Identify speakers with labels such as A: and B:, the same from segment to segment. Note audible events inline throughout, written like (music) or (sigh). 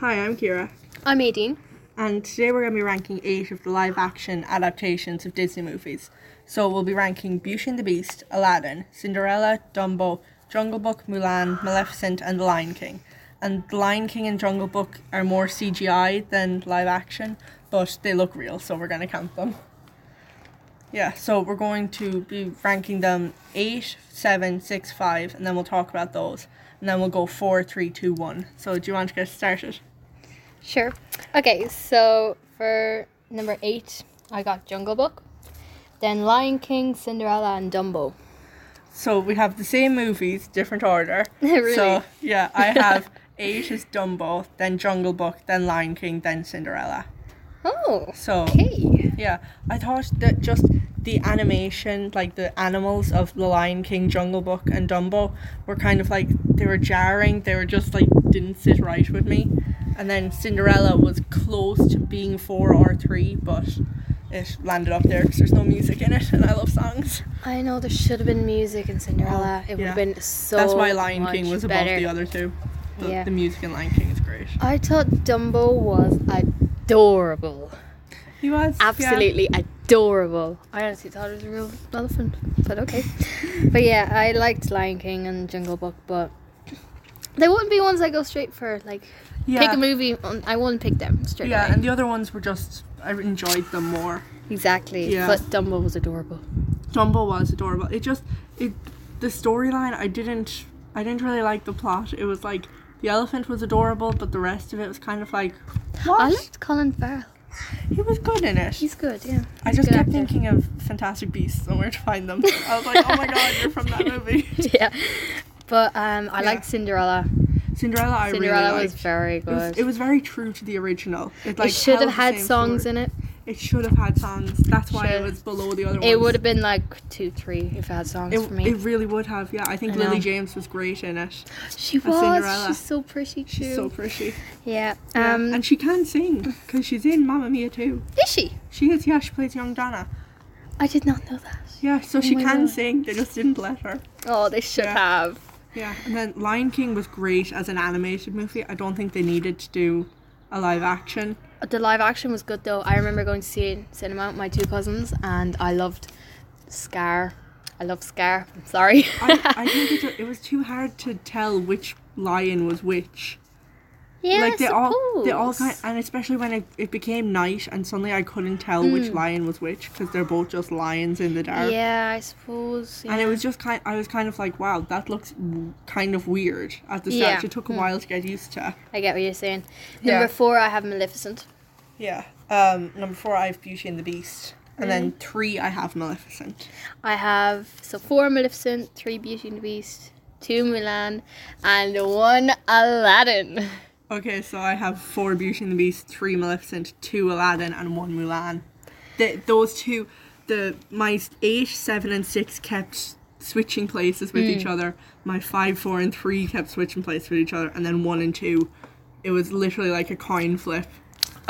A: Hi, I'm Kira,
B: I'm Aideen.
A: and today we're going to be ranking eight of the live action adaptations of Disney movies. So we'll be ranking Beauty and the Beast, Aladdin, Cinderella, Dumbo, Jungle Book, Mulan, Maleficent, and The Lion King. And The Lion King and Jungle Book are more CGI than live action, but they look real, so we're going to count them. Yeah, so we're going to be ranking them eight, seven, six, five, and then we'll talk about those. And then we'll go four, three, two, one. So, do you want to get started?
B: Sure. Okay, so for number eight, I got Jungle Book, then Lion King, Cinderella, and Dumbo.
A: So we have the same movies, different order.
B: (laughs) Really?
A: So yeah, I have (laughs) eight is Dumbo, then Jungle Book, then Lion King, then Cinderella.
B: Oh,
A: So
B: okay.
A: yeah, I thought that just the animation, like the animals of the Lion King, Jungle Book, and Dumbo, were kind of like they were jarring. They were just like didn't sit right with me. And then Cinderella was close to being four or three, but it landed up there because there's no music in it, and I love songs.
B: I know there should have been music in Cinderella. It would
A: yeah.
B: have been so.
A: That's why Lion
B: much
A: King was above
B: better.
A: the other two. The,
B: Yeah.
A: the music in Lion King is great.
B: I thought Dumbo was adorable.
A: He was yeah.
B: Absolutely adorable. I honestly thought it was a real elephant, but okay. (laughs) but yeah, I liked Lion King and Jungle Book, but they wouldn't be ones I go straight for. Like,
A: Yeah,
B: pick a movie, and I wouldn't pick them straight
A: yeah,
B: away.
A: and the other ones were just I enjoyed them more.
B: exactly.
A: Yeah.
B: But Dumbo was adorable.
A: Dumbo was adorable. It just it the storyline I didn't I didn't really like the plot. It was like the elephant was adorable, but the rest of it was kind of like what?
B: I liked Colin Farrell.
A: he was good in it.
B: He's good. Yeah.
A: I
B: he's a
A: just
B: good
A: kept
B: actor.
A: thinking of Fantastic Beasts and where to find them. I was like, oh my god, you're from
B: (laughs)
A: that movie.
B: yeah. But um, I
A: Yeah.
B: liked Cinderella.
A: Cinderella, I
B: Cinderella
A: really
B: was
A: liked.
B: very
A: It was,
B: good.
A: it was very true to the original. It, like,
B: it should have
A: held the
B: had
A: same
B: songs
A: story.
B: in it.
A: It should have had songs. That's why it
B: Should.
A: was below the other ones.
B: It would have been like two, three if it had songs
A: It,
B: for me.
A: it really would have. Yeah, I think
B: I
A: Lily
B: know.
A: James was great in it.
B: she was.
A: Cinderella.
B: She's so pretty too.
A: She's so pretty.
B: yeah.
A: Yeah,
B: Um.
A: and she can sing because she's in Mamma Mia too.
B: is she?
A: She is. Yeah, she plays young Donna.
B: I did not know that.
A: Yeah, so she
B: Oh my
A: can
B: God.
A: sing. They just didn't let her.
B: Oh, they should
A: Yeah.
B: have.
A: Yeah, and then Lion King was great as an animated movie. I don't think they needed to do a live action.
B: The live action was good though. I remember going to see it in cinema with my two cousins, and I loved Scar. I love Scar. I'm sorry. (laughs)
A: I, I think it, ju- it was too hard to tell which lion was which.
B: yeah,
A: like they
B: I
A: all they all
B: suppose.
A: kind and especially when it, it became night and suddenly I couldn't tell which lion was which because they're both just lions in the dark.
B: Hmm. Yeah, I suppose. Yeah.
A: And it was just kind. I was kind of like, wow, that looks w- kind of weird at the start.
B: Yeah. Hmm.
A: It took a while to get used to.
B: I get what you're saying.
A: Yeah.
B: Number four, I have Maleficent.
A: Yeah. Um. Number four, I have Beauty and the Beast, and then
B: Hmm.
A: three, I have Maleficent.
B: I have so four Maleficent, three Beauty and the Beast, two Mulan, and one Aladdin.
A: Okay, so I have four Beauty and the Beast, three Maleficent, two Aladdin, and one Mulan. Th those two, the my s- eight, seven, and six kept switching places with
B: Hmm.
A: each other. My five, four, and three kept switching places with each other, and then one and two, it was literally like a coin flip.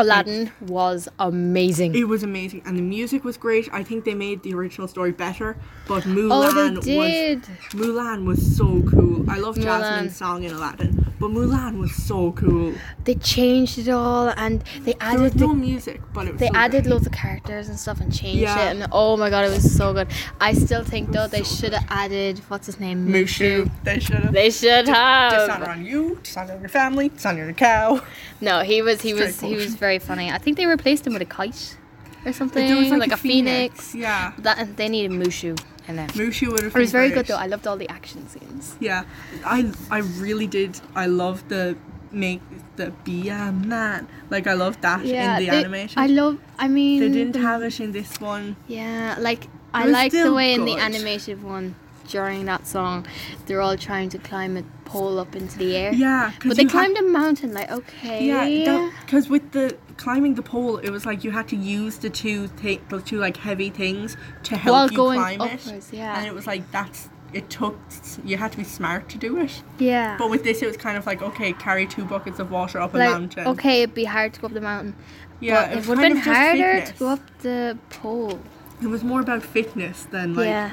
B: Aladdin was amazing.
A: It was amazing, and the music was great. I think they made the original story better, but Mulan
B: oh, they
A: was
B: did.
A: Mulan was so cool. I love
B: Mulan.
A: Jasmine's song in Aladdin, but Mulan was so cool.
B: They changed it all, and
A: There
B: they
A: was
B: added
A: no
B: the
A: music, but it was
B: They
A: so
B: added
A: good.
B: loads of characters and stuff and changed
A: Yeah.
B: it, and oh my god, it was so good. I still think though they
A: so
B: should have added what's his name,
A: Mushu. They should have.
B: They should
A: Dishonor
B: have.
A: on you, dishonor on your family, dishonor on your
B: (laughs)
A: cow.
B: No, he was he was he
A: Straightforward.
B: was very funny. I think they replaced him with a kite or something,
A: There was
B: like, a, phoenix.
A: Yeah.
B: That and they needed Mushu in it.
A: Mushu would have
B: It
A: been
B: was very
A: great.
B: good though. I loved all the action scenes.
A: Yeah, I I really did. I love the make the be a man. Like I love that in the
B: they-
A: animation.
B: I love. I mean,
A: they didn't have it in this one.
B: Yeah, like I
A: was
B: like the
A: still
B: way in the
A: good.
B: animated one during that song, they're all trying to climb a pole up into the air.
A: Yeah, 'cause
B: but they
A: you had-
B: climbed a mountain. Like okay,
A: Yeah, because with the climbing the pole, it was like you had to use the two thi- the two like heavy things to help
B: While
A: you
B: going
A: climb
B: upwards,
A: it.
B: yeah.
A: and it was like that's it took you had to be smart to do it.
B: yeah.
A: But with this, it was kind of like okay, carry two buckets of water up
B: like
A: a mountain.
B: okay, it'd be hard to go up the mountain.
A: yeah,
B: but it,
A: was
B: would have
A: kind
B: been
A: of just
B: harder to
A: fitness.
B: go up the pole.
A: It was more about fitness than like
B: yeah,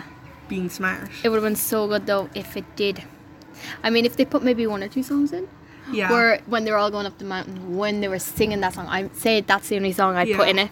A: being smart.
B: it would have been so good though if it did. I mean, if they put maybe one or two songs in.
A: Yeah.
B: where when they were all going up the mountain, when they were singing that song, I say that's the only song I put
A: Yeah.
B: in it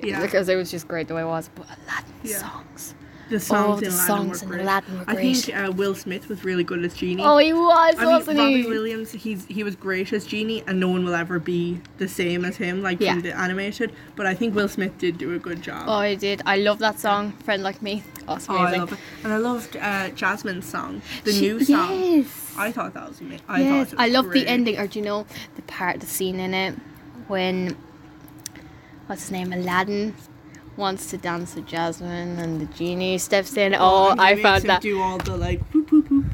A: Yeah.
B: because it was just great the way it was. But Aladdin
A: Yeah.
B: songs.
A: The songs
B: the
A: in Aladdin
B: songs
A: were
B: in
A: great.
B: Aladdin were
A: I
B: great.
A: think uh, Will Smith was really good as Genie.
B: Oh, he was,
A: I mean,
B: wasn't
A: Robbie
B: he?
A: Williams, he's he was great as Genie, and no one will ever be the same as him, like
B: Yeah.
A: from the animated. But I think Will Smith did do a good job.
B: Oh, I did. I love that song, "Friend Like Me." Oh, it's
A: Oh,
B: amazing.
A: I love it. And I loved uh, Jasmine's song, the
B: She-
A: new song.
B: Yes.
A: I thought that was amazing. I
B: yes.
A: thought it
B: I
A: was
B: love
A: great.
B: the ending, or do you know the part, the scene in it when what's his name, Aladdin, wants to dance with Jasmine, and the genie steps in. Oh,
A: And he
B: I
A: makes
B: found
A: him
B: that
A: Do all the like whoop whoop whoop.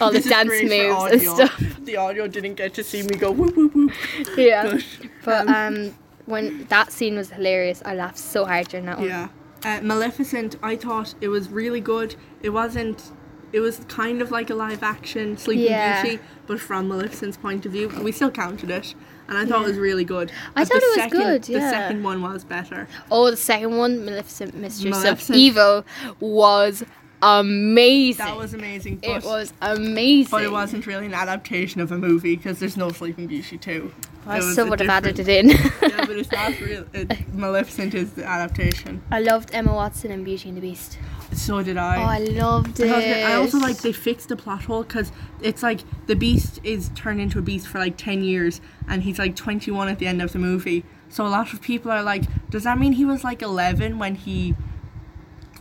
B: all
A: (laughs)
B: the
A: This is
B: dance
A: great for
B: moves and
A: audio. (laughs)
B: stuff.
A: The audio didn't get to see me go whoop whoop whoop.
B: Yeah. But
A: Um,
B: um, when that scene was hilarious, I laughed so hard during that one.
A: Yeah. Uh, Maleficent, I thought it was really good. It wasn't. It was kind of like a live action Sleeping
B: Yeah.
A: Beauty, but from Maleficent's point of view, we still counted it, and I thought it was really good.
B: I
A: But
B: thought
A: the
B: it was
A: second,
B: good,
A: The
B: yeah.
A: second one was better.
B: Oh, the second one, Maleficent, Mistress
A: Maleficent.
B: of Evil, was amazing.
A: That was amazing. But,
B: it was amazing.
A: but it wasn't really an adaptation of a movie because there's no Sleeping Beauty two. It
B: I
A: was
B: still
A: a
B: would have added
A: different-
B: it in. (laughs)
A: yeah, but it's not real. It, Maleficent is the adaptation.
B: I loved Emma Watson and Beauty and the Beast.
A: So did I.
B: Oh, I loved
A: I
B: it.
A: thought that- I also like they fixed the plot hole because it's like the beast is turned into a beast for like 10 years and he's like 21 at the end of the movie. So a lot of people are like, does that mean he was like 11 when he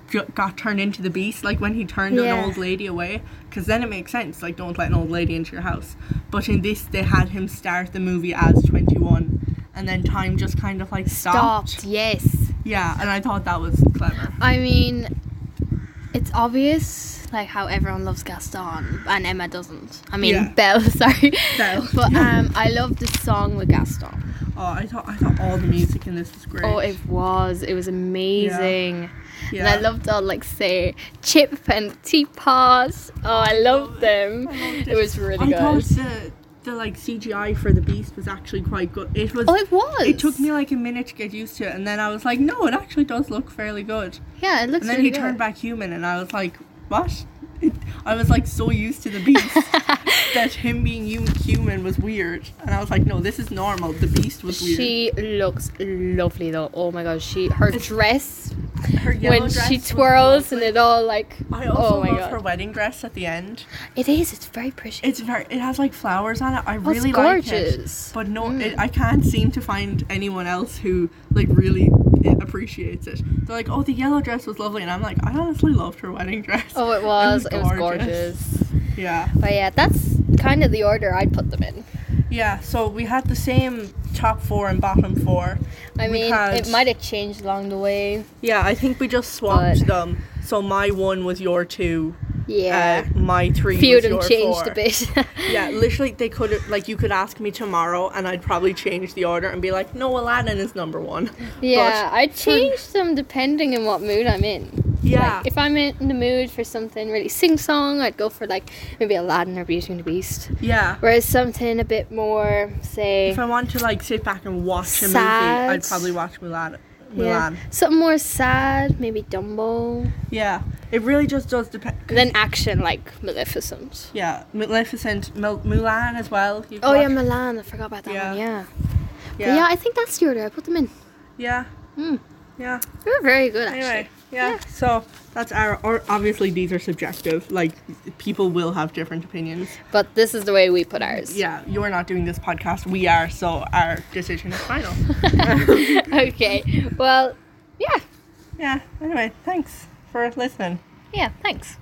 A: g- got turned into the beast? Like when he turned
B: Yeah.
A: an old lady away? Because then it makes sense. Like, don't let an old lady into your house. But in this, they had him start the movie as 21 and then time just kind of like stopped.
B: stopped. Yes.
A: Yeah, and I thought that was clever.
B: I mean, it's obvious like how everyone loves Gaston and Emma doesn't. I mean,
A: Yeah.
B: Belle, (laughs) sorry.
A: Belle. (laughs)
B: but um, I love the song with Gaston.
A: Oh, I thought I thought all the music in this was great.
B: Oh, it was. It was amazing. And I
A: Yeah.
B: loved all like say chip and teapots. Oh, I loved them. It was really
A: I thought
B: good.
A: the, the like CGI for the beast was actually quite good. It was.
B: Oh, it was.
A: It took me like a minute to get used to it, and then I was like, no, it actually does look fairly good.
B: Yeah, it looks.
A: And then
B: really
A: he
B: good.
A: turned back human, and I was like, what? It, I was like so used to the beast
B: (laughs)
A: that him being hum- human was weird, and I was like, no, this is normal. The beast was weird.
B: She looks lovely though. Oh my gosh, she her
A: It's-
B: dress
A: her yellow
B: when
A: dress
B: she
A: was
B: twirls and
A: lovely.
B: it all like.
A: I also
B: oh my
A: love
B: god,
A: her wedding dress at the end.
B: it is. It's very pretty.
A: It's very. It has like flowers on it. I
B: Oh, it's
A: really like it.
B: gorgeous.
A: But no, it, I can't seem to find anyone else who like really i- appreciates it. They're like, oh, the yellow dress was lovely, and I'm like, I honestly loved her wedding dress. (laughs)
B: oh, it was. It was, gorgeous.
A: Yeah,
B: But yeah, that's kind of the order I put them in.
A: yeah. So we had the same top four and bottom four.
B: I
A: We
B: mean,
A: had-
B: it might have changed along the way.
A: Yeah, I think we just swapped
B: But-
A: them. So my one was your two.
B: Yeah,
A: Uh, my three.
B: few
A: was
B: of them
A: your
B: changed
A: four.
B: a bit. (laughs)
A: Yeah, literally, they could like you could ask me tomorrow, and I'd probably change the order and be like, "No, Aladdin is number
B: (laughs)
A: one."
B: Yeah, I
A: for-
B: change them depending on what mood I'm in.
A: Yeah,
B: Like, if I'm in the mood for something really sing song, I'd go for like maybe Aladdin or Beauty and the Beast.
A: yeah.
B: Whereas something a bit more, say,
A: If I want to like sit back and watch a
B: Sad.
A: movie, I'd probably watch Mulan.
B: yeah,
A: Mulan.
B: something more sad, maybe Dumbo.
A: Yeah, it really just does depend.
B: And then action like Maleficent.
A: Yeah, Maleficent, Mul- Mulan as well. you could
B: Oh yeah,
A: watch-
B: Milan. I forgot about that
A: Yeah.
B: one. Yeah. But
A: yeah,
B: yeah,
A: yeah,
B: I think that's the order I put them in.
A: yeah.
B: Mm. They were very good actually.
A: Anyway, yeah.
B: Yeah.
A: So that's our. Or obviously, these are subjective. Like people will have different opinions.
B: But this is the way we put ours.
A: Yeah, you're not doing this podcast. We are. So our decision is
B: (laughs)
A: final.
B: (laughs)
A: (laughs)
B: okay. Well, yeah,
A: yeah. Anyway, thanks for listening.
B: yeah. Thanks.